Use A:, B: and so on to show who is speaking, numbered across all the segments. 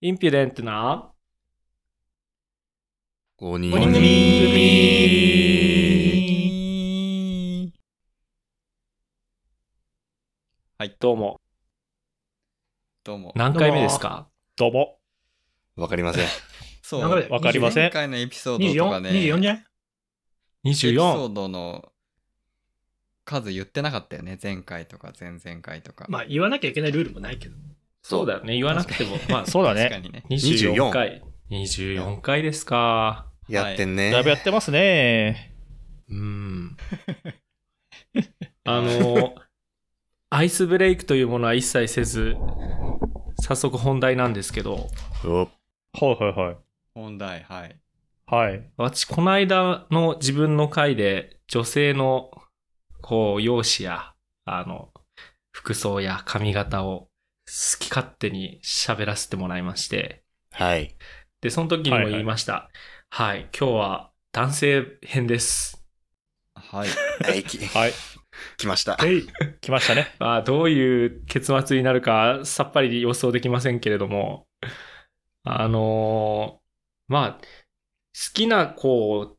A: インピュデントな
B: 5人
C: 五人
D: 組
A: どうも
D: どうも。
C: 何回目ですか
A: どうも
B: わかり ません。
D: そう。
C: 流れわかりません
D: 前回のエピソードとか
C: ?24?24
D: ね、
C: じ
D: エ
C: ゃない
D: ピソ
C: ?24。
D: ードの数言ってなかったよね。前回とか前々回とか。
C: まあ言わなきゃいけないルールもないけど。
A: そうだよね言わなくてもまあそうだ
D: 確か
A: ね
D: にね。
A: 24回24回ですか
B: やってんね。
E: だいぶやってますね。
A: うん。あの、アイスブレイクというものは一切せず、早速本題なんですけど、
B: お
E: はいはい
D: 本題、はい。
E: はい。はい。
A: 私、この間の自分の回で、女性の、こう、容姿や、あの、服装や髪型を好き勝手に喋らせてもらいまして、
B: はい。
A: で、その時にも言いました。はい、はい今日は男性編です。
D: はい。
B: はい、き
E: はい。
B: 来ました。
C: えい。
E: 来ましたね。
A: まあ、どういう結末になるかさっぱり予想できませんけれども、あのーまあ、好きな、こう、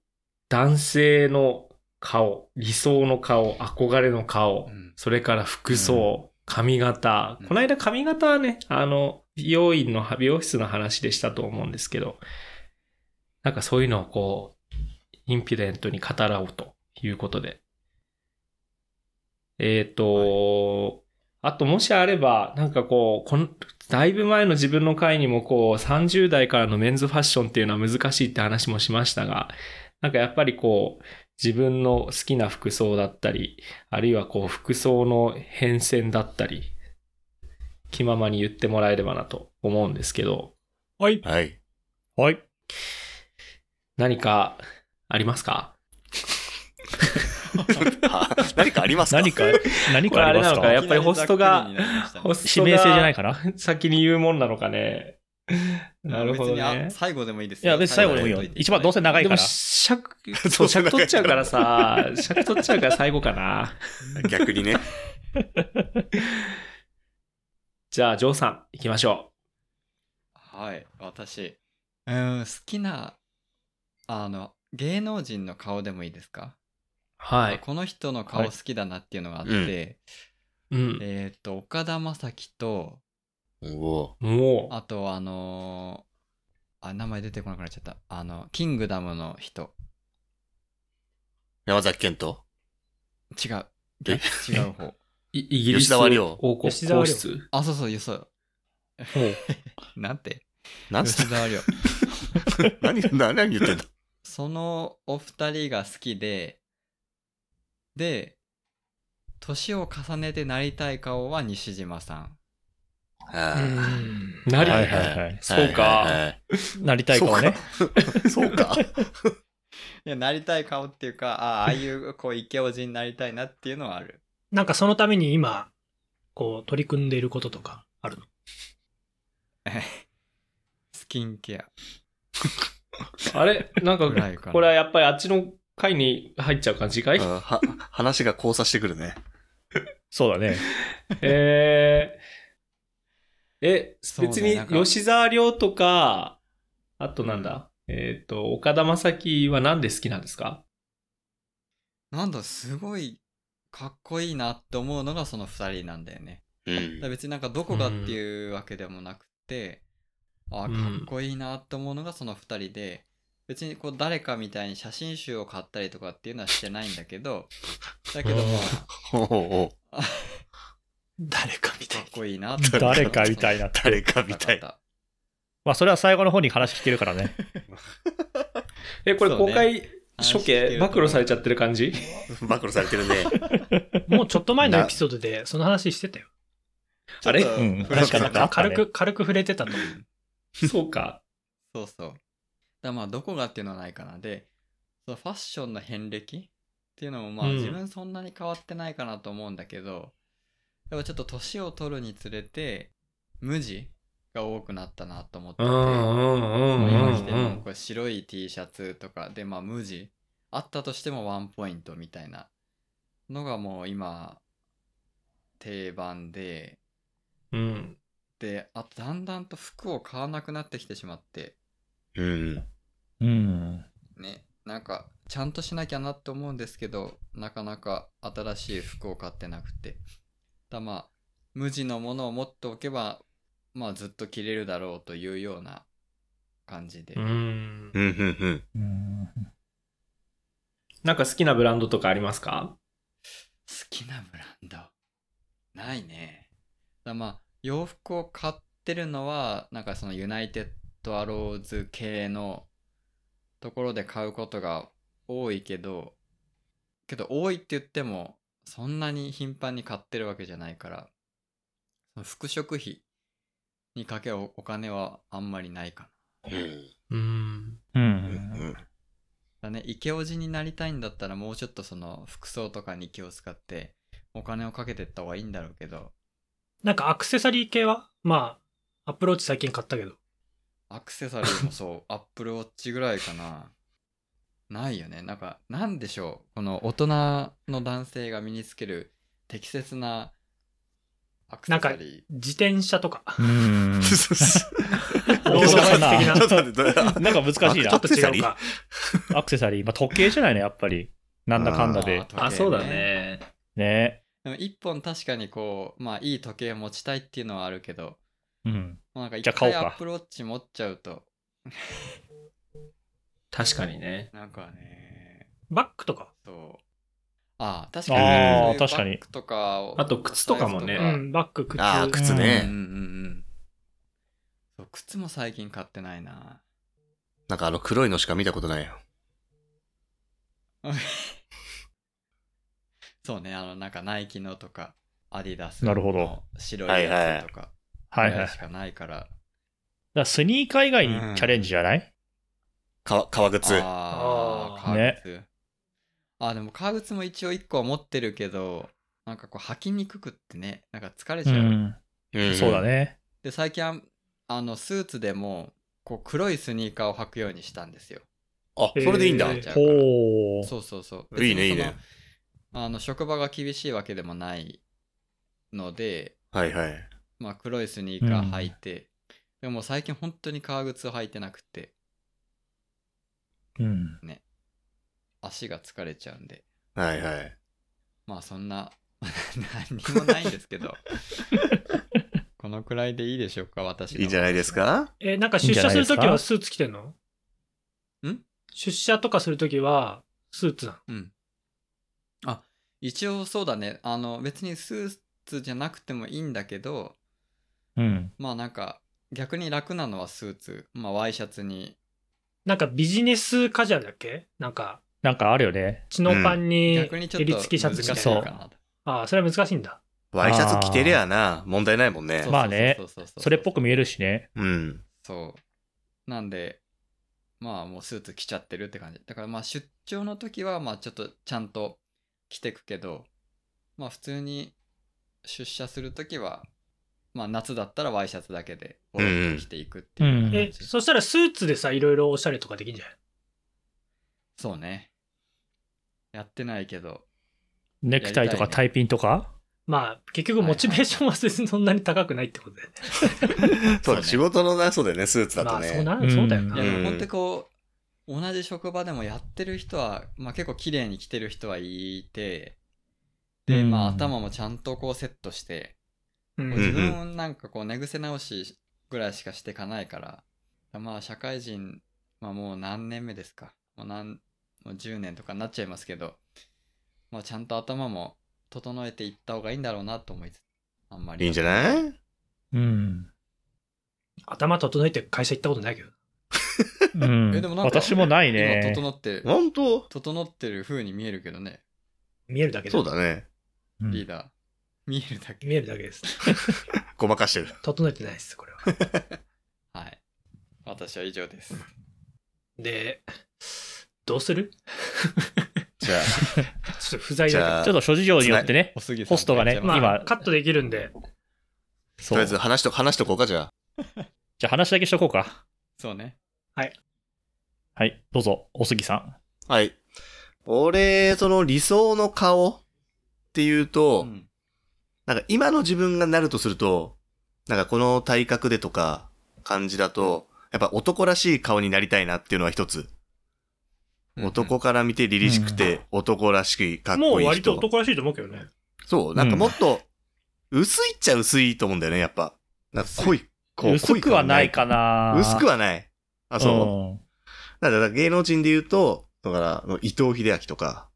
A: 男性の顔、理想の顔、憧れの顔、
D: うん
A: それから服装、髪型
D: う。ん
A: この間髪型はね、あの、美容院の、美容室の話でしたと思うんですけど、なんかそういうのをこう、インピュデントに語らおうということで。えっ、と、あともしあれば、なんかこう、この、だいぶ前の自分の回にもこう、30代からのメンズファッションっていうのは難しいって話もしましたが、なんかやっぱりこう、自分の好きな服装だったり、あるいはこう、服装の変遷だったり、気ままに言ってもらえればなと思うんですけど、
C: はい。
B: はい。
E: はい。
A: 何かありますか
B: あ何かありますか
E: 何か、何かありま
A: これあれな
E: す
A: の
E: か
A: やっぱりホストが
D: いきなりざっくりになりましたね
A: ホス
E: 指名制じゃないかな
A: 先に言うもんなのかね。なるほど
D: 別に
A: ね
D: あ。最後でもいいです
E: いや、別に最後でもいいよ。一番どうせ長い
A: で
E: か
A: も
E: ら。
A: 尺、 そう、尺取っちゃうからさ、尺取っちゃうから最後かな。
B: 逆にね。
A: じゃあ、ジョーさん、行きましょ
D: はい、私。うん、好きな、あの、芸能人の顔でもいいです
A: う。
D: か、
A: は
D: あ。この人の顔好きだなっていうのがあって、
B: はいうん
A: うん。
D: えっ、と、岡田将生と、
B: お
A: もう、
D: あと、あのーあ、名前出てこなくなっちゃった。あの、キングダムの人。
B: 山崎賢人
D: 違う。
B: え
D: 違う方。
A: いイギリス
B: 吉沢亮
A: 王国
C: 吉沢
A: 皇
C: 亮
A: 室。
D: あ、そうそう、よそう。
A: もう、
D: なんて
B: 何す
D: 吉 沢亮。
B: 何何何言ってんだ
D: そのお二人が好きで、で、年を重ねてなりたい顔は西島さん。
B: あ
C: う
B: ー
C: ん。
A: なり、
E: はいはいはい
A: そうか
B: はいはい
E: なりたい顔ね。
B: はいそうか。
D: いや、なりたい顔っていうか、 ああ、ああいう、こう、イケオジになりたいなっていうのはある。
C: なんかそのために今、こう取り組んでいることとかあるの
D: スキンケア。
A: あれなんか
D: ぐらい か、な
A: これはやっぱりあっちの回に入っちゃう感じかい
B: うんは話が交差してくるね。
E: そうだね。
A: えー、え、
D: そうね
A: 別に
D: なんか
A: 吉沢亮とか、あとなんだえっ、と、岡田将生はなんで好きなんですか
D: なんだ、すごい、かっこいいなって思うのがその二人なんだよね。
B: う
D: だ
B: ん
D: から。別になんかどこがっていうわけでもなくて、ああ、
A: うん
D: かっこいいなって思うのがその二人で、別にこう、誰かみたいに写真集を買ったりとかっていうのはしてないんだけど、だけども、
B: おうおう
C: 誰かみた
D: か
C: い
D: っ
C: に。
D: こいいなって思う
E: 誰かみたいな。
B: 誰かみたい。
D: な。
E: まあ、それは最後の方に話聞けるからね。
A: え、これ
D: そう
A: 公
D: ね
A: 開
D: 話
A: 処
D: 聞け
A: 刑、
D: る
A: 暴露されちゃってる感じ
B: 暴露されてるね。
C: もうちょっと前のエピソードでその話してたよ。
A: あれ
D: ちょっと
E: うん
D: フラッシュ
E: 確かに
D: な
E: な
C: 軽く、軽く触れてたと。
A: そうか。
D: そうそう。だからまあ、どこがっていうのはないかな。で、そのファッションの遍歴っていうのも、まあ、
A: うん
D: 自分そんなに変わってないかなと思うんだけど、やっぱちょっと年を取るにつれて、無地が多くなったなと思って
A: う
D: て、
A: んうんう
D: ま
A: ん
D: あ
A: う
D: 今着てるのも
A: ん
D: こう白い T シャツとかで、まあ、無地。あったとしてもワンポイントみたいなのがもう今、定番で、
A: うん。うん。
D: って、あとだんだんと服を買わなくなってきてしまって、
B: うん。
E: うん。
D: ね、なんか、ちゃんとしなきゃなって思うんですけど、なかなか新しい服を買ってなくて。ただまあ、無地のものを持っておけば、まあずっと着れるだろうというような感じで。
F: うん
B: う。ん、うん、うん。
E: うん。
F: なんか好きなブランドとかありますか
D: 好きなブランドないねだまあ洋服を買ってるのはなんかそのユナイテッドアローズ系のところで買うことが多いけどけど多いって言ってもそんなに頻繁に買ってるわけじゃないからその服飾費にかけるお金はあんまりないか
B: うん
F: うん。
E: う
B: うんう
E: ん。
B: ん
D: なだねイケオジになりたいんだったらもうちょっとその服装とかに気を使ってお金をかけてった方がいいんだろうけど
A: なんかアクセサリー系はまあ、アップローチ最近買ったけど。
D: アクセサリーもそう、 アップルウォッチぐらいかな。ないよね。なんか、なんでしょう。この大人の男性が身につける適切なアクセサリ
A: 自転車とか。
E: うん。
B: ちょ
A: ロ ードバイク的な。
B: っと待って、ど
E: なんか難しい
A: ちょ
E: な
A: っ。と違うか。
E: アクセサリー。まあ、時計じゃないの、やっぱり。なんだかん
D: ー。
E: だで。
D: 時計
F: あ、そうだ。ね。
E: ね。
D: でも一本確かにこう、まあいい時計持ちたいっていうのはあるけど、
E: うん。
D: もうなんか
E: じ
D: 一
E: ゃあ買お
D: 回
E: うか
D: アップルウォッチ持っちゃうと、
F: 確かにね。
D: なんかね、
A: バッグとか。
D: そう。ああ、確かに。
E: あ
B: ー
D: そういう
E: 確かに
D: バッグとかを
F: あと靴とかもね
D: サイ
A: う
D: ズとか
A: ん、バッグ、靴。
B: ああ、靴
D: うんうん
B: ね。
D: うんそう靴も最近買ってないな
B: なんかあの黒いのしか見たことないよ。
D: そうねあのなんかナイキのとかアディダス
E: なるほど
D: の白いやつとか
E: はいはい。だ
D: ぐら
E: か
D: しかないから、
E: らスニーカー以外にチャレンジじゃない
B: か革靴。あ
D: ああ
A: あ
E: ー
D: 革靴、あーでも革靴も一応1個は持ってるけどなんかこう履きにくくってねなんか疲れち
E: う
D: ゃう、
E: ん。そうだ。ね。
D: で最近はあのスーツでもこう黒いスニーカーを履くようにしたんですよ
B: あ、それでいいんだ。
D: 疲
A: え
D: れ
A: ー
D: ちゃうから
E: ほう。
D: そうそうそう。
B: いいね、い
D: 別
B: い
D: にその
B: ね。
D: あの、職場が厳しいわけでもないので、
B: はいはい。
D: まあ、黒いスニーカー履いて、でも最近本当に革靴を履いてなくて、
E: うん。
D: 足が疲れちゃうんで、
B: はいはい。
D: まあ、そんな、 何にもないんですけど、このくらいでいいでしょうか、私の
B: いいんじゃないですか
A: えーなんか出社するときはスーツ着てんの
D: ん
A: 出社とかするときはスーツなの
D: うん。あ、一応そうだね。あの、別にスーツじゃなくてもいいんだけど、
E: うん。
D: まあ、なんか、逆に楽なのはスーツ。まあ、ワイシャツに
A: なんかビジネスカジュアルだっけなんか、
E: なんかあるよね。
A: チノパンに
D: 逆にちょっ
A: 襟
D: と
A: 付きシャツみた
D: 難
A: い
D: し
A: な。
D: い
E: そう
D: かなと
A: ああ、それは難しいんだ。
B: ワイシャツ着てりゃな、問題ないもんね
D: そう。
E: まあね
D: そうそうそうそう
E: それっぽく見えるしね。
B: うん。
D: そうなんでまあもうスーツ着ちゃってるって感じだからまあ出張の時はまあちょっとちゃんと着てくけどまあ普通に出社する時はまあ夏だったらワイシャツだけでボロッと着ていくっていう感じ、
E: うん
A: え、そしたらスーツでさ、いろいろおしゃれとかできんじゃない
D: そうねやってないけど
E: ネクタイと
D: や
E: か
D: りたい
E: タイピンとか
A: まあ、結局モチベーションは別にそんなに高くないってことだよね。
B: そうだ、仕事のな、そうだよね、スーツだ
A: ま
B: と
A: あ、そう
B: ね。
A: な、
E: うん
A: そうだよ
D: い
A: な。
D: や
A: う
D: で
A: ん
D: も本当にこう、同じ職場でもやってる人は、まあ、結構綺麗に着てる人はいてで、まあ、
E: うん
D: 頭もちゃんとこうセットして、
A: うん
D: 自分なんかこう寝癖直しぐらいしかしてかないからまあ社会人、まあ、もう何年目ですかもう何もう10年とかになっちゃいますけど、まあ、ちゃんと頭も整えていった方がいいんだろうなと思いつつあんまり
B: いいんじゃない
E: うん。
A: 頭整えて会社行ったことないけど。
E: う
D: え
E: ん
D: でもなんか
E: 私もない
D: 今
E: ね。
D: 整って
B: 本当
D: 整ってる風に見えるけどね
A: 見えるだけで。
B: そうだね。
E: うん
D: リーダー見えるだけ
A: 見えるだけです。
B: ごまかしてる。
A: 整えてないです、これは。
D: はい。私は以上です。
A: で、どうする
B: じゃあ、
A: ちょっと不在
B: じ
A: だ
B: ゃあ、
E: ちょっ
B: と
E: と諸事情によってね、
D: おすぎ
E: ホストがね
A: けど。まあ、
E: 今
A: カットできるんで、
E: そ
B: りあ
E: う。
B: えず
E: じゃ
B: 話しと、話しとこうか、じゃあ。
E: あ話だけしとこうか。
D: そうね。
E: はい、どうぞ、おすぎさん。
B: はい。俺、その理想の顔っていうと、
D: うん
B: なんか今の自分がなるとすると、なんかこの体格でとか感じだと、やっぱ男らしい顔になりたいなっていうのは一つ。男から見て凛々しくて男らしくかっ
A: も
B: こ
A: う
B: いい人。
A: 割と男らしいと思うけどね。
B: そう、なんかもっと、薄いっちゃ薄いと思うんだよね、やっぱ。なんか濃い、こう、濃
E: 薄くはないかな。
B: 濃い感じ。薄く
E: は
B: はない。あ、そう。だから芸能人で言うと、だから、あの伊藤英明とか。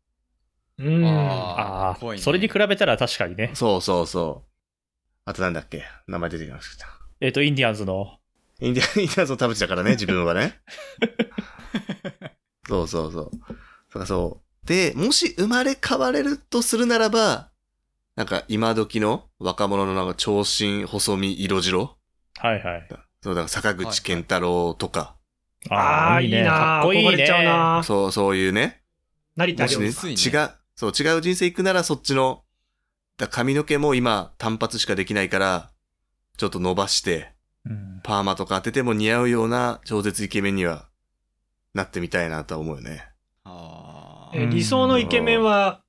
A: うん。
D: あ
E: ああ、
D: ぽいね
E: それに比べたら確かにね。
B: そうそうそう。あとなんだっけ名前出てきました。
E: えっ、と、インディアンズの。
B: インデ ィアン、インディアンスの田淵だからね、自分は ね。そうそうそう。そうかそう。で、もし生まれ変われるとするならば、なんか今時の若者のなんか長身、細身、色白
E: はいはい。
B: そう、だから坂口健太郎とか、
A: あー
E: ね
A: いいな
E: かっこいい
A: 憧れ
E: ね。
A: ちゃうな
B: そう、そういうね、
A: 成田
B: も
A: 凌
B: し
A: とか
B: ね、違う
D: 薄いね、
B: そう、違う人生行くならそっちの、だから髪の毛も今単発しかできないから、ちょっと伸ばして、
E: うん
B: パーマとか当てても似合うような超絶イケメンにはなってみたいなとは思うよね。
D: あ
A: え
E: うん
A: 理想のイケメンは、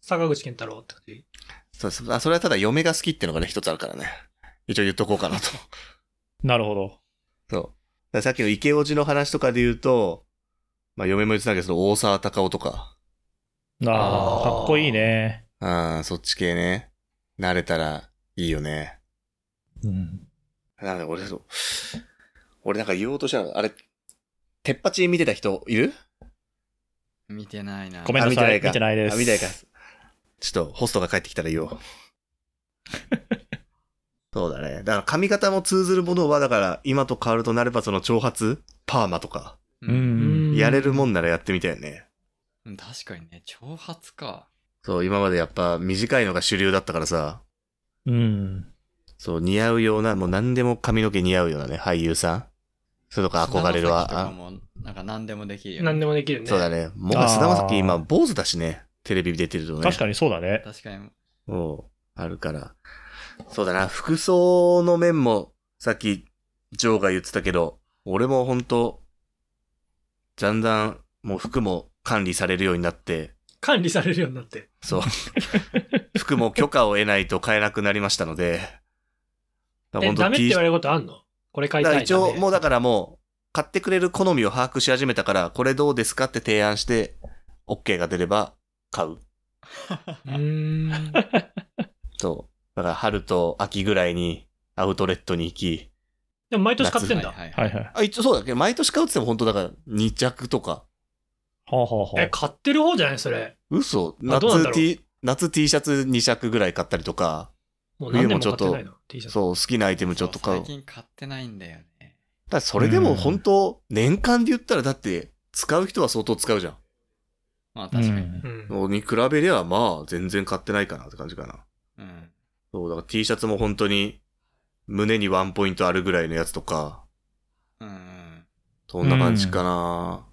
A: 坂口健太郎って感じ。
B: そうそあそれはただ嫁が好きってのがね、一つあるからね。一応言っとこうかな と。そう。
E: なるほど。
B: だからさっきの池叔父の話とかで言うと、まあ嫁も言ってたけど、大沢隆夫とか、
A: あ
E: あ
A: ー
E: あ、かっこいいね。
B: ああ、そっち系ね。慣れたらいいよね。
E: うん。
B: なんで俺、そう俺なんか言おうとしたら、あれ、鉄パチ見てた人いる
D: 見てないな。
E: ごめんな
B: あ
E: さい。
B: 見てないか
E: 見てないです。
B: あ、見たいか。ちょっとホストが帰ってきたら言おう。 そうだね。だから髪型も通ずるものは、だから今と変わるとなればその長髪、パーマとか。
E: う。
A: うん
B: やれるもんならやってみたいよね。
D: うん確かにね、長髪か。
B: そう、今までやっぱ短いのが主流だったからさ、
E: うん。
B: そう、似合うような、もう何でも髪の毛似合うようなね、俳優さん。それとか憧れるわ。
D: 長崎とか
B: あ
D: もなんか何でもできるよ、ね。
A: 何でもできるね。
B: そうだね。もが菅田将暉今、坊主だしね。テレビ出てるとね。
E: 確かにそうだね。
D: 確かに。
B: もう、あるから。そうだな、服装の面も、さっき、ジョーが言ってたけど、俺もほんと、だんだん、もう服も管理されるようになって、
A: 管理されるようになって。
B: そう。服も許可を得ないと買えなくなりましたので。だから
A: え、
B: ほんと
A: ダメって
B: T-
A: 言われることあんのこれ買い
B: だ
A: た
B: か
A: い。
B: ら一応、もうだかららもう、買ってくれる好みを把握し始めたから、これどうですかって提案して、OK が出れば買う。
A: うーん。
B: そう。だから春と秋ぐらいにアウトレットに行き、
A: でも毎年買ってんだ。
D: はいはい
E: はいはい。は
B: あ、一応そうだけど、毎年買うって言っても本当だから2着とか。
E: あ、はあはあ
A: え、買ってる方じゃないそれ。
B: 嘘
A: あどうなんだ
B: 夏
A: ろう
B: T、夏 T シャツ2着ぐらい買ったりとか、
A: もう何年も買
B: 冬も
A: っ
B: ち
A: て
B: ょっと
A: ないの T シャツ。
B: そう、好きなアイテムちょっと買う。
D: そう最近買ってないんだよね。
B: だからそれでも本当、年間で言ったらだって、使う人は相当使うじゃん。
D: まあ確かに。
E: うん
A: うん。
B: のに比べりゃ、まあ、全然買ってないかなって感じかな。
D: うん。
B: そう、だから T シャツも本当に、胸にワンポイントあるぐらいのやつとか、
D: うんうん。
B: そんな感じかな。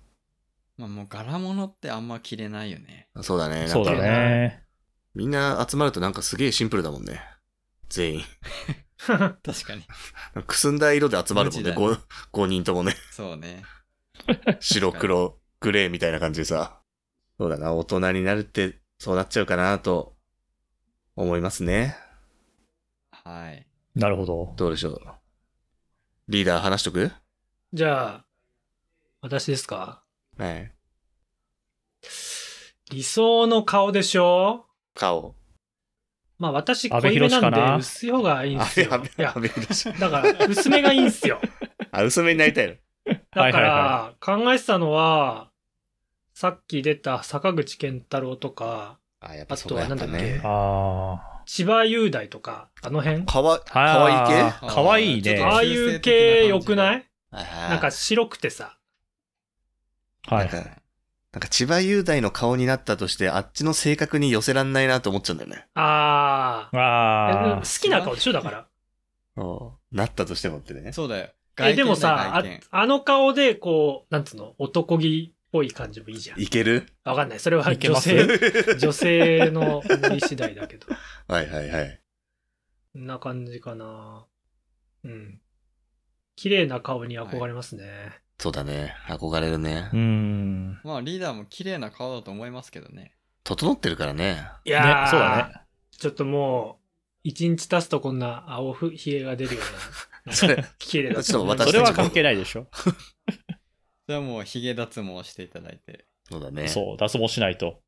D: まあもう柄物ってあんま着れないよね。
B: そうだね。なんか
E: そうだね。
B: みんな集まるとなんかすげえシンプルだもんね。全員。
D: 確かに。
B: くすんだ色で集まるもんね。
D: 無地だ
B: 5, 5人とも ね。
D: そうね。
B: 白黒、グレーみたいな感じでさ。そうだな、大人になるって、そうなっちゃうかなと、思いますね。
D: はい。
E: なるほど。
B: どうでしょう。リーダー話しとく
A: じゃあ、私ですか
B: はい。
A: 理想の顔でしょ
B: 顔。
A: まあ私、濃
E: 安倍
A: いめ
E: 博士
A: な
E: か
A: んで
E: な
A: 薄い方がいいん
B: あ
A: す
B: べ、
A: よ
B: あべ、。
A: いや
B: あ、べ、あ
A: だから、薄めがいいんす よ。
B: あ、薄めになりたいの。
A: だか
E: はいはい
A: ら、考えてたのは、さっき出た坂口健太郎とか、
B: あ、やっ
A: あ
B: ぱそ
A: と
B: こ
A: はな
B: やっ
A: んだ
B: ぱ
A: っけ
B: ね。、
E: あ
A: 千葉雄大とか、あの辺
B: かわ、か
E: あ。
B: わいい系
E: あーかわいい
D: ちょっ
E: ね。
D: と
A: ああいう系良くない
B: な
A: なんか、白くてさ。
E: は
B: な
E: い。
B: んかなんか千葉雄大の顔になったとして、あっちの性格に寄せらんないなと思っちゃうんだよね。
A: ああ。
E: ああ
A: 好。きな顔でしょだから。
B: なったとしてもってね。
D: そうだよ。
A: え、でも
D: 外
A: さ
D: 見だよ
A: あ、あの顔で、こう、なんつうの、男気っぽい感じもいいじゃん。
B: いける
A: わかんない。それはい
E: けま
A: 女
E: す
A: 性、女性の思い次第だけど。
B: はいはいはい。
A: こんな感じかな。うん。綺麗な顔に憧れますね。
B: そうだね。憧れるね
E: う。ん。
D: まあリーダーも綺麗な顔だと思いますけどね。
B: 整ってるからね。
A: い、
E: ね
A: やー、
E: そうだね。
A: ちょっともう、一日経つとこんな青ひげが出るような、
B: そ れ、
A: 綺麗だ
B: ちょっと私た
E: そ
B: ち
E: れ
B: も
E: は関係ないでしょ。
D: それはもうヒゲ脱毛していただいて、
B: そうだね。
E: そう、脱毛しないと。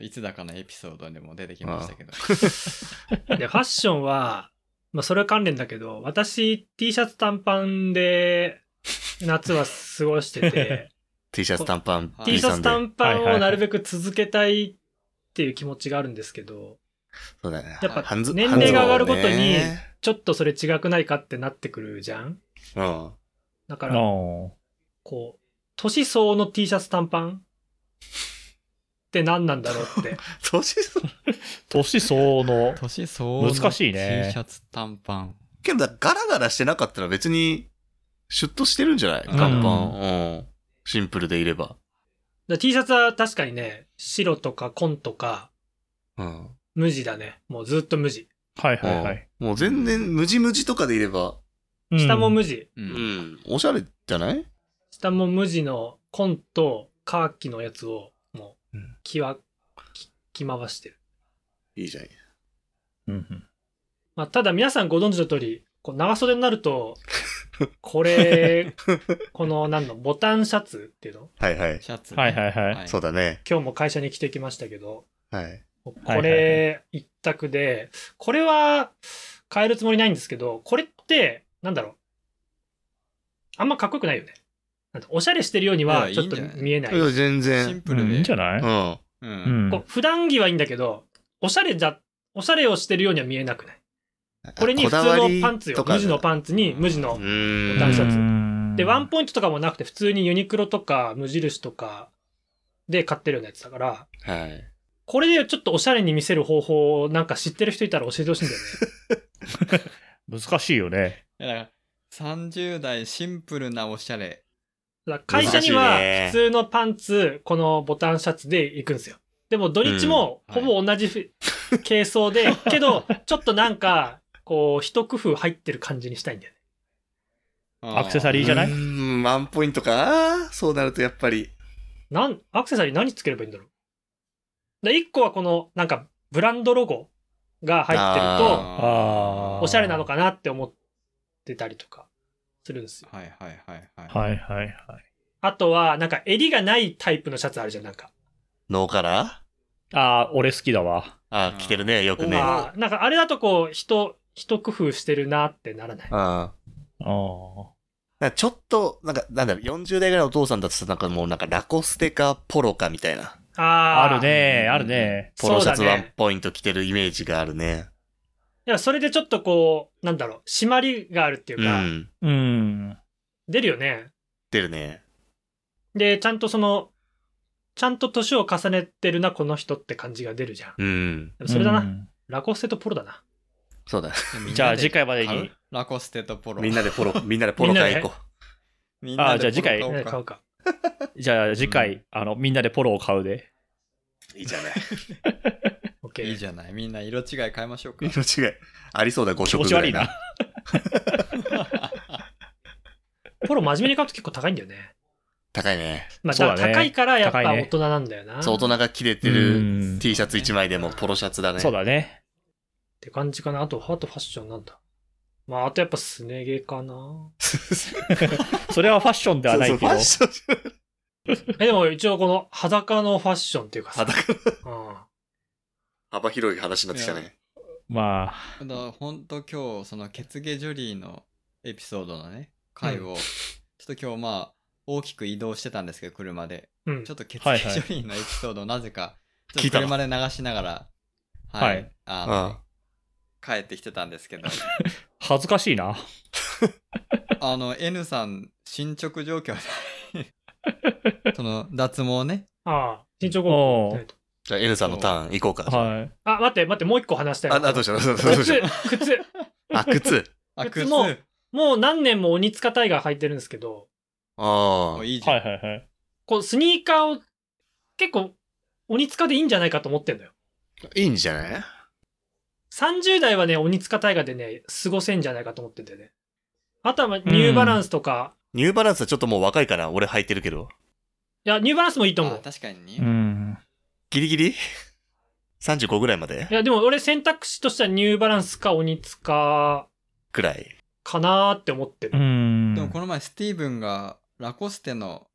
D: いつだかのエピソードでも出てきましたけど。
A: で、ファッションは、まあ、それ関連だけど、私、T シャツ短パンで、夏は過ごして て、
B: T シャツ短パン、
D: はい
A: T シャツ
B: ン。
A: 短パンをなるべく続けたいっていう気持ちがあるんですけど、
B: そうだね。
A: やっぱ
B: 半ズ
A: 年齢が上がるごとに
B: 半ズボンね
A: ちょっとそれ違くないかってなってくるじゃん
B: うん。
A: だか
E: あ
A: ら、
E: ー
A: こう、年相応の T シャツ短パンって何なんだろうって。
B: 年相応
E: 年相応の。
D: 年相応の T シ
E: 難しいね
D: ャツ短パン。
B: けど、ガラガラしてなかったら別に、シュッとしてるんじゃない
D: うん
B: 短パン。うん。シンプルでいれば。
A: だ T シャツは確かにね、白とか紺とか、
B: うん。
A: 無地だね。もうずっと無地。
E: はいはいはい。
B: うんもう全然、ムジムジとかでいれば、
E: うん
A: 下も無地。
D: う。
B: うんん。おしゃれじゃない
A: 下も無地の紺とカーキのやつを、もう
B: うん、
A: きわ、き着回してる。
B: いいじゃん。
E: うんうん
A: まあ、ただ皆さんご存知の通り、こう長袖になると、これ、この、なんの、ボタンシャツっていうの
B: はいはい。
D: シャツね、
E: はいはいはい。
B: そうだね。
A: 今日も会社に着てきましたけど、
B: はい。
A: こ
E: はいはい
A: れ一択で、これは変えるつもりないんですけど、これって、なんだろう。あんまかっこよくないよね。なんかおしゃれしてるように
D: い
A: は
D: や
A: ちょっと
D: いいんじゃない
A: 見えない
B: い。や、全
D: シン
B: 然。
D: プル
E: うん
D: で。
E: いいんじゃない
B: うん。
D: う。
E: うんん
A: こう普段着はいいんだけど、おしゃれじゃ、おしゃれをしてるようには見えなくない。これに普通のパンツよ。無地のパンツに無地
B: ン
A: の
B: う。ーん。
A: ボタンシャツ
E: ツ
A: で、ワンポイントとかもなくて、普通にユニクロとか無印とかで買ってるようなやつだから、
B: はい。
A: これでちょっとおしゃれに見せる方法をなんか知ってる人いたら教えてほしいんだよね。
E: 難しいよね。
D: だから30代シンプルなおしゃれ。
A: だから会社には
B: 難しいね
A: 普通のパンツ、このボタンシャツで行くんですよ。でも土日も
D: うんは
A: ほ
D: い
A: ぼ同じふ、 軽装で、けど、ちょっとなんか、こう、一工夫入ってる感じにしたいんだよね。
E: アクセサリいい
D: ー
E: じゃないう
B: ーん、ワンポイントか。そうなるとやっぱり。
A: なん、アクセサリー何つければいいんだろう。で、一個はこの、なんか、ブランドロゴが入ってる
E: あ
A: と、
E: ー
A: おしゃれなのかなって思ってたりとかするんですよ。
D: はいはいはいはい。
E: はいはいはい。
A: あとは、なんか、襟がないタイプのシャツあるじゃん、なんか。
B: ノーカラ
E: ああ、俺好きだわ。
B: ーあ、着てるね、よくね。あ
A: あーなんか、あれだとこう、人、一工夫してるなってならない。
B: あ。
E: ああ。
B: なんかちょっと、なんか、なんだろう、40代ぐらいのお父さんだとさ、なんかもうなんかラコステかポロかみたいな、
A: あ
E: あ
A: ー
E: るね、あるね。
B: ポロシャツ
A: そうだ
B: ワ
A: ね
B: ンポイント着てるイメージがあるね。
A: いや、それでちょっとこう、なんだろう、締まりがあるっていううか、
B: ん。
E: うん。
A: 出るよね。
B: 出るね。
A: で、ちゃんとその、ちゃんと年を重ねてるな、この人って感じが出るじゃん。
B: うん。
A: でもそれだな。
E: うん
A: ラコステとポロだな。
B: そうだ。
D: みんなで
E: じゃあ次回まで
D: 買
E: に
D: う。ラコステとポロ。
B: みんなでポロ、みんなでポロ買い行こ
D: みんなで
E: あじゃあ次回
D: ポロ
A: ね
D: 買おうか
A: 買うか。
E: じゃあ次回、あの、みんなでポロを買うで。
B: う。いいじゃない。
A: オッケ
D: いい
A: ー。
D: じゃない。みんな色違い変えましょうか。
B: 色違い。ありそうだ、5
E: 気
B: 色
E: 持
B: ぐ
E: ち
B: ら
E: 悪
B: い
E: いな。
B: な。
A: ポロ真面目に買うと結構高いんだよね。
B: 高いね。
A: まあ、
E: そう
A: だ
E: だね
A: から高いからやっぱ
E: 高いね
A: 大人なんだよな。
B: そう、大人
A: っ
B: が着れて
E: う
B: る
E: ん
B: T シャツ1枚でもポロシャツだね。
E: そうだね。
A: て感じかな。あと、ハートファッションなんだ。まあ、あとやっぱすね毛かな。
E: それはファッションでは
B: そう
E: ない
B: そ
E: け
B: うフ
E: ど。
B: ァッションじゃない
A: え、でも一応この裸のファッションっていうかさ。
B: 裸
A: うん。
B: 幅広い話になってきたね。
E: まあ、
D: だからほんと今日、その、ケツゲジョリーのエピソードのね、回を、ちょっと今日まあ、大きく移動してたんですけど、車で。
A: うん
D: ちょっとケツゲジョリーのエピソードをなぜか、ちょっと
B: 聞いた
D: 車で流しながら、
E: はい
D: あの、
B: あ
D: 帰ってきてたんですけど、
E: 恥ずかしいな。
D: あの、N さん、進捗状況でその、脱毛ね。
A: ああ、身長高校
E: お。
B: じゃあ N さんのターン行こうか。
E: はい。
A: あ、待って、待って、もう一個話したい
B: あ、
A: わ
B: あどうしたどうしたど うし
A: 靴
B: た、
A: 靴。
B: あ、靴。
D: あ、
A: 靴
D: 靴
A: ももう何年も鬼塚タイガー履いてるんですけど、
B: あ
D: も
B: あ
D: う。いいじゃ
E: は
D: ん。
E: いはいはい。
A: こうスニーカーを結構鬼塚でいいんじゃないかと思ってんだよ。
B: いいんじゃない
A: 30代はね、鬼塚タイガーでね、過ごせんじゃないかと思ってんだよね。あとはまあニューバランスとか、
B: ニューバランスはちょっともう若いかな俺履いてるけど。
A: いや、ニューバランスもいいと思
D: あ
A: う。
D: 確かにね。
E: うん。
B: ギリギリ35ぐらいまで
A: いや、でも俺選択肢としてはニューバランスか鬼塚
B: くらい。
A: かなーって思って
E: う
A: る。
E: ん。
D: でもこの前スティーブンがラコステの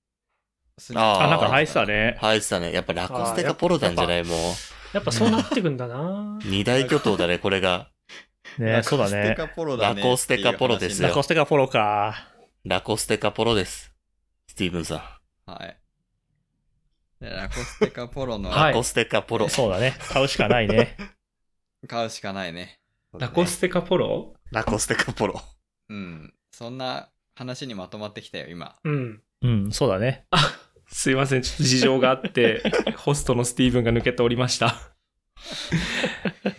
D: ス
B: あー
E: あ、なんか入ってた
D: ね。
E: ね。
B: 入ってたね。やっぱラコステかポロタンじゃないも
A: やっぱそうなってくんだ な
B: う。二大巨頭だね、これが。
E: ね、そう
D: ラ
E: だ
D: コステ
E: ね。
D: かポロだね。
B: ラコステかポロですよ
E: ラコステがフォローか。
B: ラコステかポロです。スティーブンさん。
D: はい。でラコステかポロの
F: はい
B: ラコステかポロ。
E: そうだね。買うしかないね。
D: 買うしかないね。
F: ラコステカポロ
B: ラコステかポロ。
D: うん。そんな話にまとまってきたよ、今。
A: うん。
E: うん、そうだね。
F: すいません、ちょっと事情があ って、ホストのスティーブンが抜けておりました。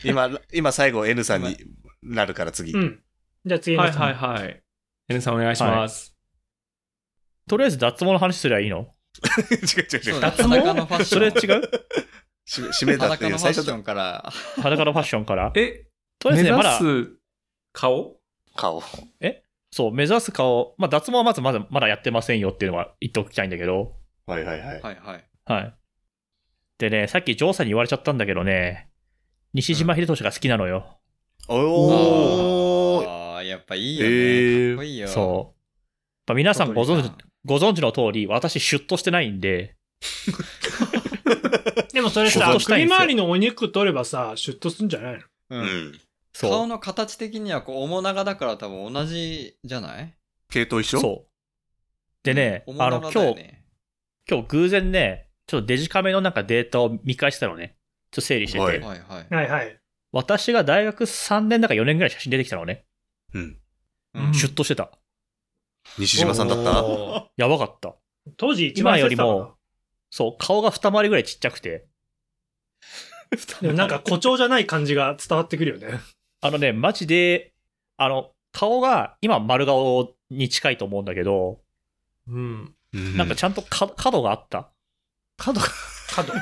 B: 今、今最後 N さんになるから 次。
A: うん。じゃあ次の
F: は
A: や
F: い
A: つ
F: はいはい。N さんお願いします。
E: とりあえず脱毛の話すりゃいいの
B: 違う違う違
D: そう
B: う
D: だ。ね裸のファッシ
E: それ
D: ョ
E: 違
D: ン。
E: う
B: し締めたって
D: 裸
B: い
D: の
B: う
D: フ
B: 最
D: ァッシ
B: 初
D: ョ
B: の
D: ンから。
E: 裸のファッションから。
F: え、
E: とりあえずね、まだ
F: 目、指す顔
B: 顔。
E: そう、目指す顔、まあ、脱毛はまずまだ、まだやってませんよっていうのは言っておきたいんだけど、
B: はいはいはい。
D: はいはい。
E: はい。でね、さっきジョーさんに言われちゃったんだけどね、西島秀俊が好きなのよ。
B: おー。
D: ああ、やっぱいいよね。
B: え
D: かっこ
B: ー。
D: いいよ。
E: そう。まあ、皆さんご存知、ご存知の通り、私シュッとしてないんで、
A: でもそれ
E: シュッ
A: さ
E: と、したい
A: 首
E: んですよ
A: 周りのお肉取ればさ、シュッとすんじゃないの
D: う。
B: うんん。
E: そ
D: 顔
E: う。
D: の形的にはこう、面長だから多分同じじゃない
B: 系統一緒
E: そう。でね、
D: 面
E: あ
D: 長
E: の、
D: だ
E: 今
D: よ
E: 日、
D: ね
E: 今日偶然ね、ちょっとデジカメのなんかデータを見返したのね。ちょっと整理して
B: は
E: て
B: い。
D: はいはい。
A: はいはい。
E: 私が大学3年だか4年ぐらい写真出てきたのね。
B: うん。
D: うん
E: シュッとしてた。
B: 西島さんだった
F: お
E: やばかった。
A: 当時一番痩せてたか
E: 今よりもそう、顔が二回りぐらいちっちゃくて。
A: なでもなんか誇張じゃない感じが伝わってくるよね。
E: あのね、マジで、あの、顔が今丸顔に近いと思うんだけど、
F: ーうん。
B: な
E: なんかちゃんとか角があった。
B: 角が、
A: 角。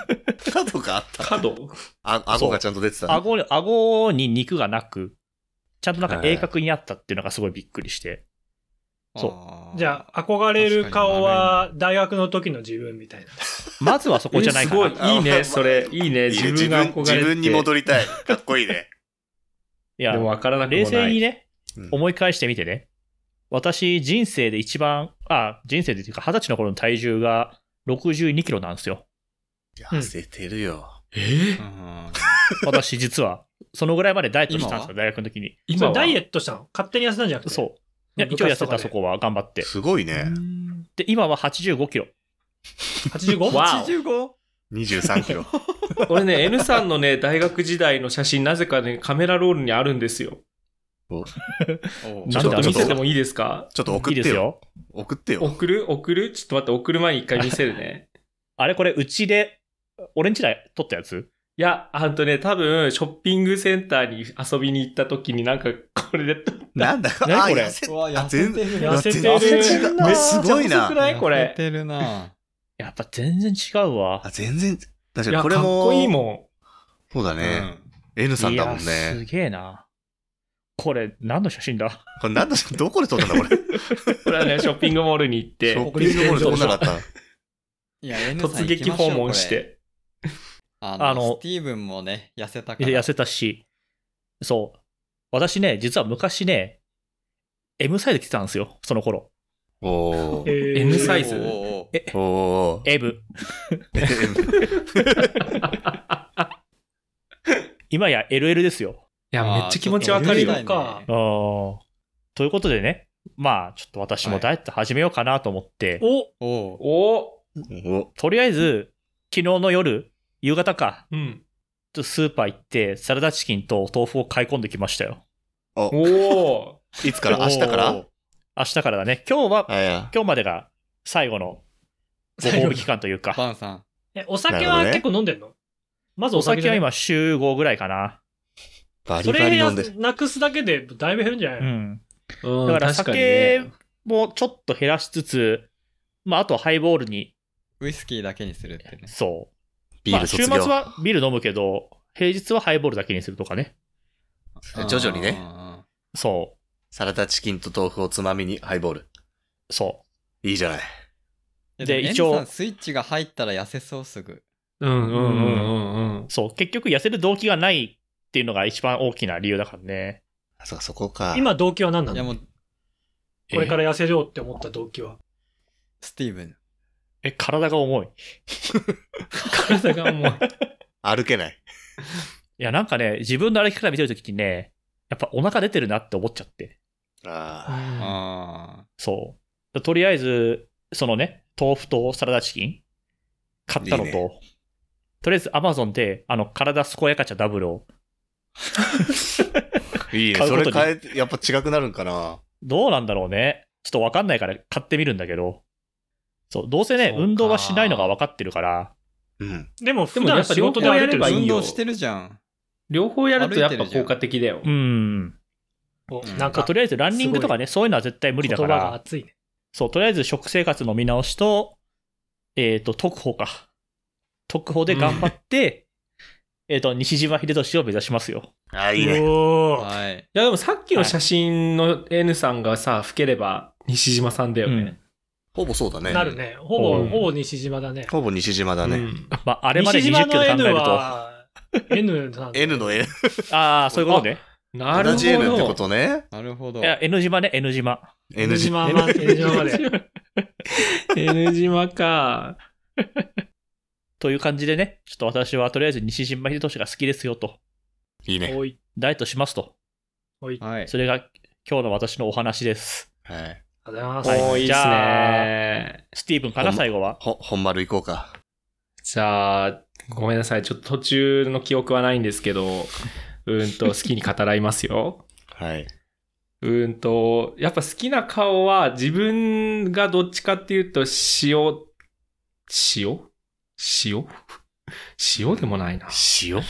B: 角があった。
F: 角
B: あ、顎がちゃんと出てた。
E: 顎に、顎に肉がなく、ちゃんとなんか鋭角にあったっていうのがすごいびっくりして。そう
D: あー
A: じゃあ、憧れる顔は大学の時の自分みたいな。
E: まずはそこじゃないかな。
F: えすごい、いいね、 それ。いい
B: い
F: ね、
B: いね
F: 自分が憧れて
B: 自分に戻りたい。かっこいいね。
E: いや
F: でも分からなくもない。
E: 冷静にね
B: うん、
E: 思い返してみてね。私、人生で一番、あ、人生でというか、二十歳の頃の体重が62キロなんですよ。
B: 痩せてるよ。
F: え
D: う
F: ー
D: ん
E: 私、実は。そのぐらいまでダイエットしてたんですよ、
D: 今
E: 大学の時に。
F: 今
A: そ
F: は
A: れダイエットしたの勝手に痩せたんじゃなくて。
E: そう。いや、
A: 部活
E: 一応痩せ
A: とか
E: た、
A: で
E: そこは頑張って。
B: すごいね。
E: で、今は85キロ。
A: 85?
F: わお
D: 85?
B: 23キロ。
F: 俺ね、N さんのね、大学時代の写真、なぜかね、カメラロールにあるんですよ。
D: おう
E: な
F: ちょ
E: んだ
F: っと
E: 見せ
F: 見せ
E: て
F: て
E: も
F: もいいですか
B: ちょっと送
E: いい
B: っ
E: で
B: て
E: す
B: よ。
E: よ。
B: 送ってよ。
F: 送る送るちょっと待って、送る前に一回見せるね。
E: あれこれ、うちで、俺んちで撮ったやつ
F: いや、あんとね、多分、ショッピングセンターに遊びに行った時になんか、これで撮った、
B: なんだか、
E: 何これ
B: あ痩せ
D: うわ、
B: あ
D: 痩せ
B: 全
D: てる。
A: 痩せてる
B: あ全然違う
E: めっちゃ
B: すごい
F: 細く
B: な。
F: ないこ
D: 痩せ
F: れ。
D: てるな。
E: やっぱ全然違うわ
B: あ、。全然、確
F: い
B: かに
F: や、
B: こ
F: か
B: れ
F: っ
B: も、
F: こいいも
B: そうだね。N さん
E: い
B: だ
E: や
B: もんね
E: す。げえな。これ、何の写真だ
B: これなんだ、どこで撮ったんだ、これ。
F: ん。これ はね、ショッピングモールに行っ
B: シ
F: て、
B: ョッピングモールで撮んなかった。
D: うん。いや、N さ
F: 突
D: ん行
F: 撃
D: きましょう
F: 訪問し。
D: これ
F: て。
D: あの、
E: あの
D: スティーブンもね、痩せたから。
E: 痩せたし、そう。私ね、実は昔ね、M サイズ着てたんですよ、その頃。
B: おー。
A: え
F: N サイズ
D: おうおう
B: おおー。
E: M。
B: え、
E: 今や LL ですよ。
F: いや、
D: あー
F: めっちゃ気持ちわかるよ
D: ちょ。っと
A: か
E: あーということでね、まあ、ちょっと私もダイエット始めようかなと思って、
A: お
D: おう
F: お
B: お
E: とりあえず、昨日の夜、夕方か、
F: うん。
E: ちょっとスーパー行って、サラダチキンと豆腐を買い込んできましたよ。
F: おお
B: いつから明日から
E: おー明日からだね。今日は、
B: あいや。
E: 今日までが最後のご
A: 最後
E: 褒
A: の
E: 美期間というか、
D: バンさん。
A: え、お酒
B: なるほ
A: は
B: どね
A: 結構飲んでんのまずお
E: お
A: 酒だ
E: 酒は
A: ね
E: 今週5ぐらいかな。
B: バリ
A: そ
B: バ
A: れ
B: リ飲んで。
A: なくすだけでだいぶ減るんじゃない、
E: うん。
F: ー。
E: だから
F: 確にね
E: 酒もちょっと減らしつつ、まあ、あとはハイボールに、
D: ウイスキーだけにするってね。
E: そ
B: ビ
E: う。
B: ール
E: まあ、週
B: 卒
E: 末
B: 業。
E: はビール飲むけど、平日はハイボールだけにするとかね。
B: 徐々にね
D: あ
E: そ
B: サラダチキンと豆腐をつまみにハイボール。
E: う。そ
B: いいじゃない。
D: ー。
E: で
D: で、
E: 一
D: 一
E: 応
D: 応。スイッチが入ったら痩せそうすぐ。
F: うんうんうんうんうん。
E: そう、結局痩せる動機がないっていうのが一番大きな理由だからね。
B: あそうかそこか。
A: 今、動機は何ない
D: や
A: の
D: もう
A: これから痩せようって思った動機は。
D: スティーブン
E: え、体が重い。い
F: 体が重い。
B: 歩けない。
E: や、なんかね、自分の歩き方見てるときにね、やっぱお腹出てるなって思っちゃって。
B: あ
D: あ
E: そう。とりあえず、そのね、豆腐とサラダチキン買ったのと、
B: いいね
E: とりあえず Amazon で、あの、体健やかちゃダブルを。
B: あ。いいね。
E: 買う
B: そ
E: こ
B: れ
E: とに
B: 変え、やっぱ違くなるんかな。
E: どうなんだろうね。ちょっとわかんないから買ってみるんだけど。そう、どうせね
F: そ、うか
E: 運動はしないのが分かってるから、
B: うん。
A: でも、
F: で
A: 普
F: もや
A: 段
F: っぱ
A: 仕事で
F: 両方
A: 歩
F: や
A: いて
F: れば
D: あ
F: いい
A: る
F: よ
D: 運動してるじゃん
F: 両方やるとやっぱ効果的だよ
E: う。ん。
D: うん
A: なんか
E: と、りあえずランニングとかね、そういうのは絶対無理だか
A: 言葉が
E: ら、
A: 熱いね。
E: そう、とりあえず食生活の見直しと、えっ、と、特保か。特保で頑張って、えっと、西島秀俊を目指しますよ。
B: あいいね。
A: おー
D: はい
F: いやでもさっきの写真の N さんがさ、老ければ西島さんだよね。
B: ほぼそうだね。
A: なるね。ほぼ、
F: うん
A: ほぼ西島だね。
B: ほぼ西島だね。
F: うん
E: まあ、あれまで20キロ考える
A: 西島の N
E: と、あ
A: は N さん。
B: N の N。
E: あー、そういうことね。
F: なる
B: 同
F: ほ
B: じ N ってこ
F: ど。
B: とね。
D: なるほど
E: いや、N 島ね、N 島。
B: N 字。
A: 島まで。N 島まで。
F: N 島か。
E: という感じでね、ちょっと私はとりあえず西島秀俊が好きですよと、
B: いいね。
A: おい、
E: ダイエットしますと。
D: はい
E: それが今日の私のお話です。
B: は
A: あ
B: い。
A: りがとうございます。
E: はい
F: おーいいっす
E: じ
F: ね。
E: スティーブンか
B: ほ
E: な、
B: んま
E: 最後は。
B: ほ、本丸行こうか。
F: じゃあ、ごめんなさい。ちょっと途中の記憶はないんですけど、うーんと、好きに語らいますよ。
B: はい。
F: うーんと、やっぱ好きな顔は自分がどっちかっていうと塩、塩塩塩でもないな。
B: 塩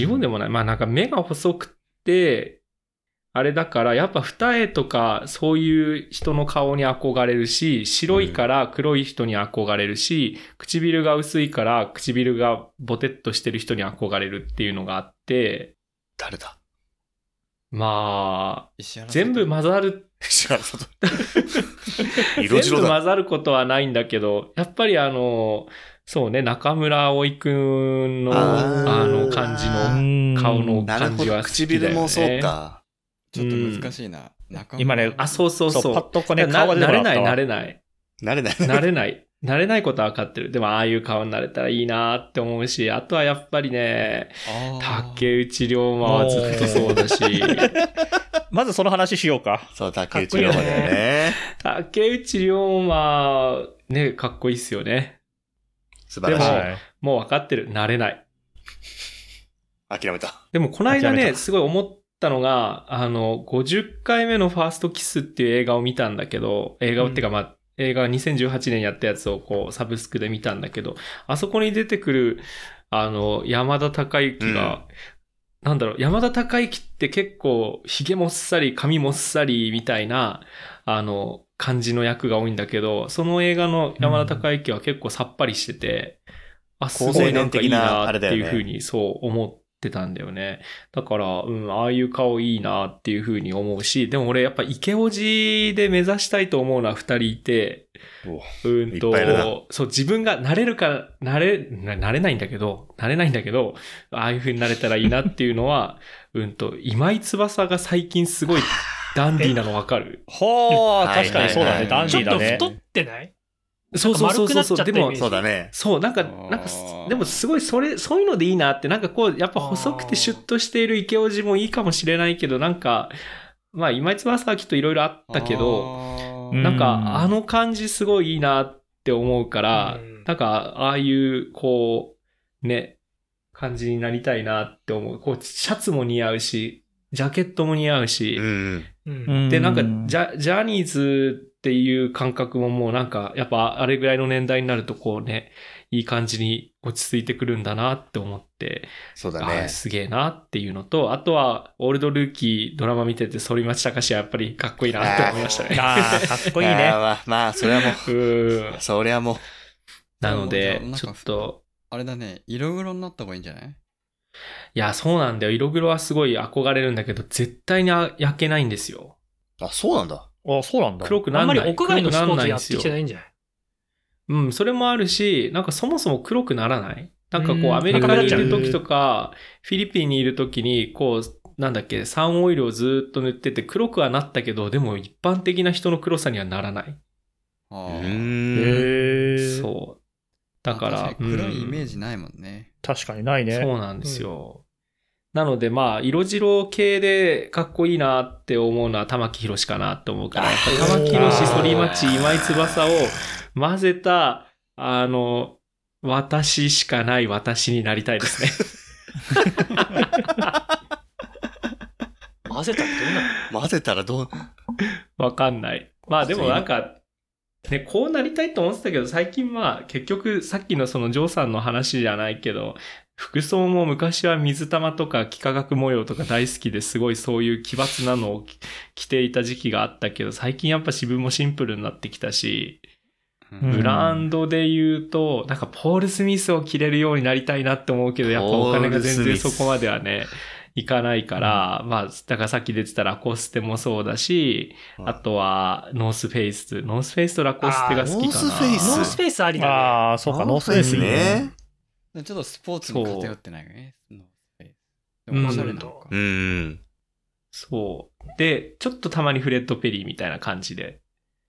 F: 塩でもない。まあなんか目が細くて、あれだからやっぱ二重とかそういう人の顔に憧れるし、白いから黒い人に憧れるし、唇が薄いから唇がボテッとしてる人に憧れるっていうのがあって、
B: 誰だ
F: まあ、
D: 石原さん
F: 全部混ざる
B: 石原さと。色
F: 全
B: 白
F: 部
B: だ。
F: 混ざることはないんだけど、やっぱりあの、そうね、中村葵くんの、
B: あ
F: あ
B: ー
F: の、感じ
B: う
E: ん
F: の、顔の
B: なるほ
F: 感じ
B: ど。
F: は好きだよね
B: 唇もそうか。
D: ちょっと難しいな中村
E: 今ね
F: あ、そうそう
E: そ、
F: そうう。
E: パッとこうね、
F: な
E: 顔が出て
F: な
E: こ
F: れ
E: なか
F: な
E: っ
F: い、
E: たわ
F: なれない。
B: なれない。
F: なれない。なれないことは分かってる。でも、ああいう顔になれたらいいなって思うし、あとはやっぱりね、
D: あー
F: 竹内龍馬はずっとそうだし、
E: まずその話しようか。
B: そう、竹内涼真だよね。
F: 竹内龍馬、ね、かっこいいっすよね。
B: 素晴らし
F: で
B: い
F: も。
E: はい
F: もう分かってる。なれない。
B: 諦めた。
F: でもこの間
E: 諦め
F: ね、
E: た
F: すごい思ったのが、あの、50回目のファーストキスっていう映画を見たんだけど、映画を、
A: うん
F: ってかまあ、映画2018年やったやつをこう、サブスクで見たんだけど、あそこに出てくる、あの、山田孝之が、なんだろう、山田孝之って結構、髭もっさり、髪もっさりみたいな、あの、感じの役が多いんだけど、その映画の山田孝之は結構さっぱりしてて、あ、すごいなんかいいなっていうふうにそう思ってたんだよね。だから、うん、ああいう顔いいなっていうふうに思うし、でも俺やっぱイケオジで目指したいと思うのは二人いて、うーん
B: いっぱいいるな
F: と、そう、自分がなれるか、なれ、ななれないんだけど、なれないんだけど、ああいう風になれたらいいなっていうのは、 うんと、今井翼が最近すごいダンディーなのわかる。
E: ほう、
B: はい
E: 確かにそうだ
B: は
E: ね、
B: いは
E: ダ
B: い
E: ン
A: ちょ
E: ディ
A: っと
E: ーだね。
A: 太ってない
F: そうそうそうそう
A: 丸くなっち
F: そ
A: ゃった
F: う。で
A: イメー
F: も
A: ジ、
B: そうだね。
F: そう、なんか、
D: あー
F: なんか、でもすごいそれ、そういうのでいいなって、なんかこう、やっぱ細くてシュッとしているイケオジもいいかもしれないけど、なんか、まあ今井翼はきっといろいろあったけど、
D: あ
E: う
D: ー
F: なん
E: うん
F: かあの感じすごいいいなって思うから、
A: うん
F: なんかああいうこうね感じになりたいなって思うこうシャツも似合うしジャケットも似合うし、
B: うんうん。
A: うん。
F: でなんかジ
E: ゃ
F: ャジャニーズっていう感覚ももうなんかやっぱあれぐらいの年代になるとこうねいい感じに落ち着いてくるんだなって思って
B: そうだ
F: あー
B: ね。
F: すげえなっていうのと、あとは、オールドルーキードラマ見てて、反町隆史はやっぱりかっこいいなって思い ましたね。
E: あー、かっこいい
B: あー
E: ね。
B: まあ、まあ、それは も
F: うーん
B: う、それはもう、
F: なので
D: なん、か
F: ちょっと、
D: あれだね色黒になった方がいいんじゃない
F: いや、そうなんだよ。色黒はすごい憧れるんだけど、絶対にあ焼けないんですよ。
B: あ、そうなんだ。
E: あそうなんだ。
F: 黒く
A: あ
F: なん
A: んま
F: ない。
A: り屋外のスポ
F: 黒くなん
A: ーツや
F: ないん
A: っ
F: です
A: て
F: よ
A: きてないんじゃない
F: うん、それもあるし、なんかそもそも黒くならないなんかこ
D: う
F: う、
D: ん
F: アメリカに
A: なく
F: いる
A: なっちゃう
F: 時とか、フィリピンにいる時に、こう、なんだっけ、サンオイルをずっと塗ってて、黒くはなったけど、でも一般的な人の黒さにはならない。
B: う
D: あー
B: ーん。
E: へえ。
F: そう。だか
D: まあ
F: ら、
D: 確に黒いイメ
F: ジ
D: ージないもんね。
E: 確かにないね。
F: そうなんですよ。なので、まあ、色白系でかっこいいなって思うのは玉木宏かなって思うから、やっぱ玉木
E: あ
F: 宏、
E: ー
F: 反町、今井翼を混ぜた、あの、私しかない私になりたいですね。
A: 混ぜたってどうなの
B: 混ぜたらどう、
F: わかんない。まあでもなんか、ね、こうなりたいと思ってたけど、最近まあ結局さっきのそのジョーさんの話じゃないけど、服装も昔は水玉とか幾何学模様とか大好きですごいそういう奇抜なのを着着ていた時期があったけど、最近やっぱ自分もシンプルになってきたし、
E: うん
F: ブランドで言うと、なんかポール・スミスを着れるようになりたいなって思うけど、やっぱお金が全
B: ポール
F: 然
B: スミ
F: そ
B: ス
F: こまではね、いかないから、まあ、だからさっき出てたラコステもそうだし、あとは、ノースフェイス。ノースフェイスとラコステが好きか
B: あ
F: な。
B: ーノースフェイス
A: ノースペースありだね。
E: ああ、そうか、ノース
B: で
E: ですす
B: ね
E: ね。。
D: ちょっとスポーツに偏ってないよね。ノースフェイス
F: う
D: で
F: ん
D: もおしゃれなのか。
B: うん。
F: そう。で、ちょっとたまにフレッド・ペリーみたいな感じで。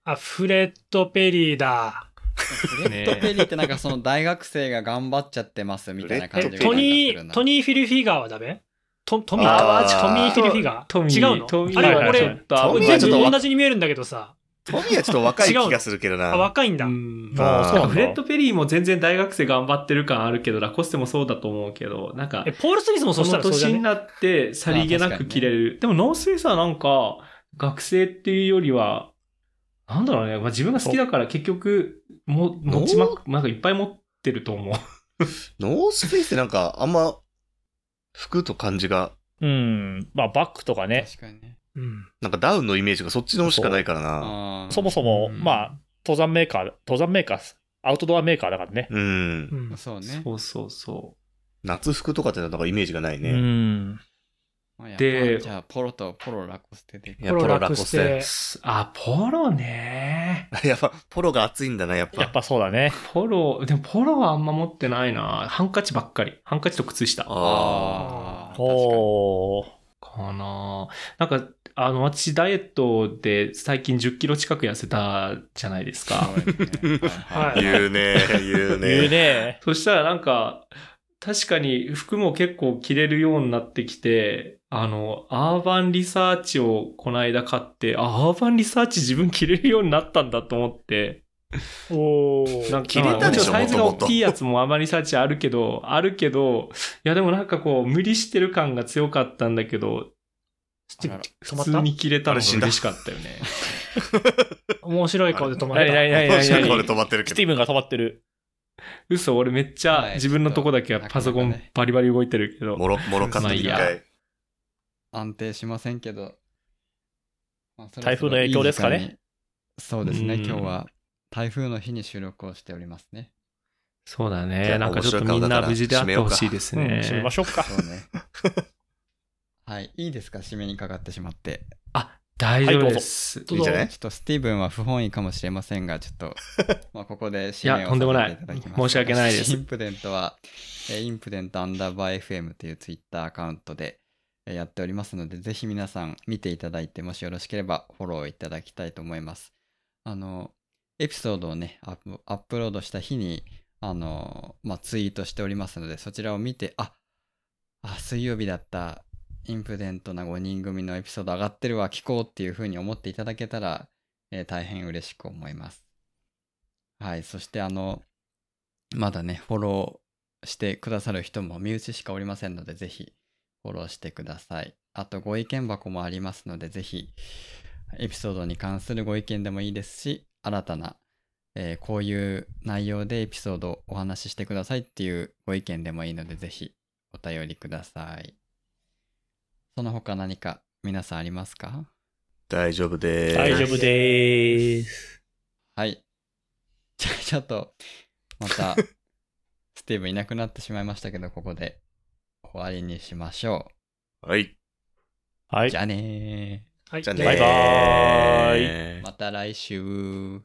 A: あ、フレッド・ペリーだ。
D: フレッド・ペリーってなんかその大学生が頑張っちゃってますみたいな感
A: え
D: じ
B: フレッ
D: が
B: ド
A: トニ
D: なん
A: ー、ト
D: かするな
A: ニー・フィルフィガーはダメトトミー、
B: あー
A: トミー・フィルフィガー。
F: トミー、
A: 違うの
F: トミー
A: あれ、
F: はちょ
A: 俺
F: っ、と
B: トミー
F: 危な
B: はいちょっと
A: 同じに見えるんだけどさ。
B: トミーはちょっと若い気がするけど
A: あ、
B: な。
A: 若いんだ
F: う。ん
E: ああ、そう
F: なん
E: なんだ
F: かフレッド・ペリーも全然大学生頑張ってる感あるけど、ラコステもそうだと思うけど、なんか
A: え、、ポール・スミスもそし
F: そ
A: た
F: の
A: らそうじゃ
F: 年に
A: ね
F: なってさりげなく着れる。でもノースフェイスはなんか、学生っていうよりは、なんだろうね、まあ、自分が好きだから結局、も持ちまく、なんかいっぱい持ってると思う。
B: ノースフェイスってなんか、あんま、服と感じが、
E: うん。まあ、バッグとかね。
D: 確かにね。
A: うん。
B: なんかダウンのイメージがそっちのしかないからな。
D: あー
E: そもそも、
F: うん
E: まあ、登山メーカー、登山メーカー、アウトドアメーカーだからね。
B: うん。
A: うん
D: そうね。
F: そうそうそう。
B: 夏服とかってなんかイメージがないうね。
E: ん。
D: まあやっぱ
F: で
D: じゃあポロとポロラコステで。
B: いやポロラコステ。
F: あ、ポロね。
B: やっぱ、ポロが熱いんだな、やっ
E: やっ
B: ぱ。
E: ぱそうだね。
F: ポロ、でもポロはあんま持ってないな。ハンカチばっかり。ハンカチと靴下。か
B: あ
D: ああ。
E: おー。
F: な。なんか、あの、私ダイエットで最近10キロ近く痩せたじゃないですか。
D: 確かに。は
B: あ。
A: はい
B: 言うね、言う
E: 言う
B: ね。
E: ね。
F: そしたらなんか、確かに服も結構着れるようになってきて、あの、アーバンリサーチをこの間買って、あ、アーバンリサーチ自分着れるようになったんだと思って、
A: おー
F: なんか、
B: 着れたでしょ
F: まあもちろんサイズ
B: 元々
F: が大きいやつもアーバンリサーチあるけど、あるけど、いやでもなんかこう、無理してる感が強かったんだけど、
A: ちょ
D: あら
A: っ
D: ら
A: と
F: 普
A: 止まっ
F: 通
A: た
F: に着れたの
B: あれ
F: が
B: 死んだ
F: 嬉しかったよね。
A: 面白い顔で止まっ
E: 何
A: た。
E: 何何
B: も
E: 何
B: しか
E: 何
B: これ止まってるけ
E: ス
B: ど
E: ティー。ブンが止まってる。
F: 嘘、俺めっち
D: は
F: ゃ
D: い
F: 自分のとこだけはパソコ
D: なか
F: ン
D: なかね
F: バリバリ動いてるけど、
B: もろ、もろかった一
F: まあいい
B: 回。
D: 安定しませんけど。まあそろそろ
E: 台風の影響ですかね
D: いい時間に。そうですね、
F: うん
D: 今日は台風の日に収録をしておりますね。
F: そうだ
B: じゃ
F: ね。
B: あ
F: なんかちょっとみんな無事であってほしいです
E: うん。
F: ね。
E: 閉めましょうか。
D: そうね。はい、いいですか、締めにかかってしまって。
F: 大丈夫です。
B: いいんじゃない
D: ちょっとスティーブンは不本意かもしれませんが、ちょっと、まあここで
F: い
D: 締め
F: や、とんでも
D: を
F: な
D: させ
F: い
D: てただきま。す
F: 申し訳ないで
D: イ
F: す
D: ン。プデントは、えーインプデントアンダーバー FM というツイッターアカウントでえーやっておりますので、ぜひ皆さん見ていただいて、もしよろしければフォローいただきたいと思います。あの、エピソードをね、アップアップロードした日に、あの、まあ、ツイートしておりますので、そちらを見て、あ、あ、水曜日だった、インプデントな5人組のエピソード上がってるわ、聞こうっていうふうに思っていただけたら、えー大変嬉しく思います。はい、そしてあの、まだね、フォローしてくださる人も身内しかおりませんので、ぜひフォローしてください。あと、ご意見箱もありますので、ぜひ、エピソードに関するご意見でもいいですし、新たな、えーこういう内容でエピソードをお話ししてくださいっていうご意見でもいいので、ぜひお便りください。その他何か皆さんありますか
B: 大丈夫で
E: 大
B: ー
E: 丈
B: す。
E: 夫でーす。
D: はい。じゃあちょっと、また、スティーブンいなくなってしまいましたけど、ここで終わりにしましょ
B: はい。
E: は
D: う。
E: い
D: じ。ゃあねー。
A: はい
B: じゃあねー。
E: バイバ
D: また来週。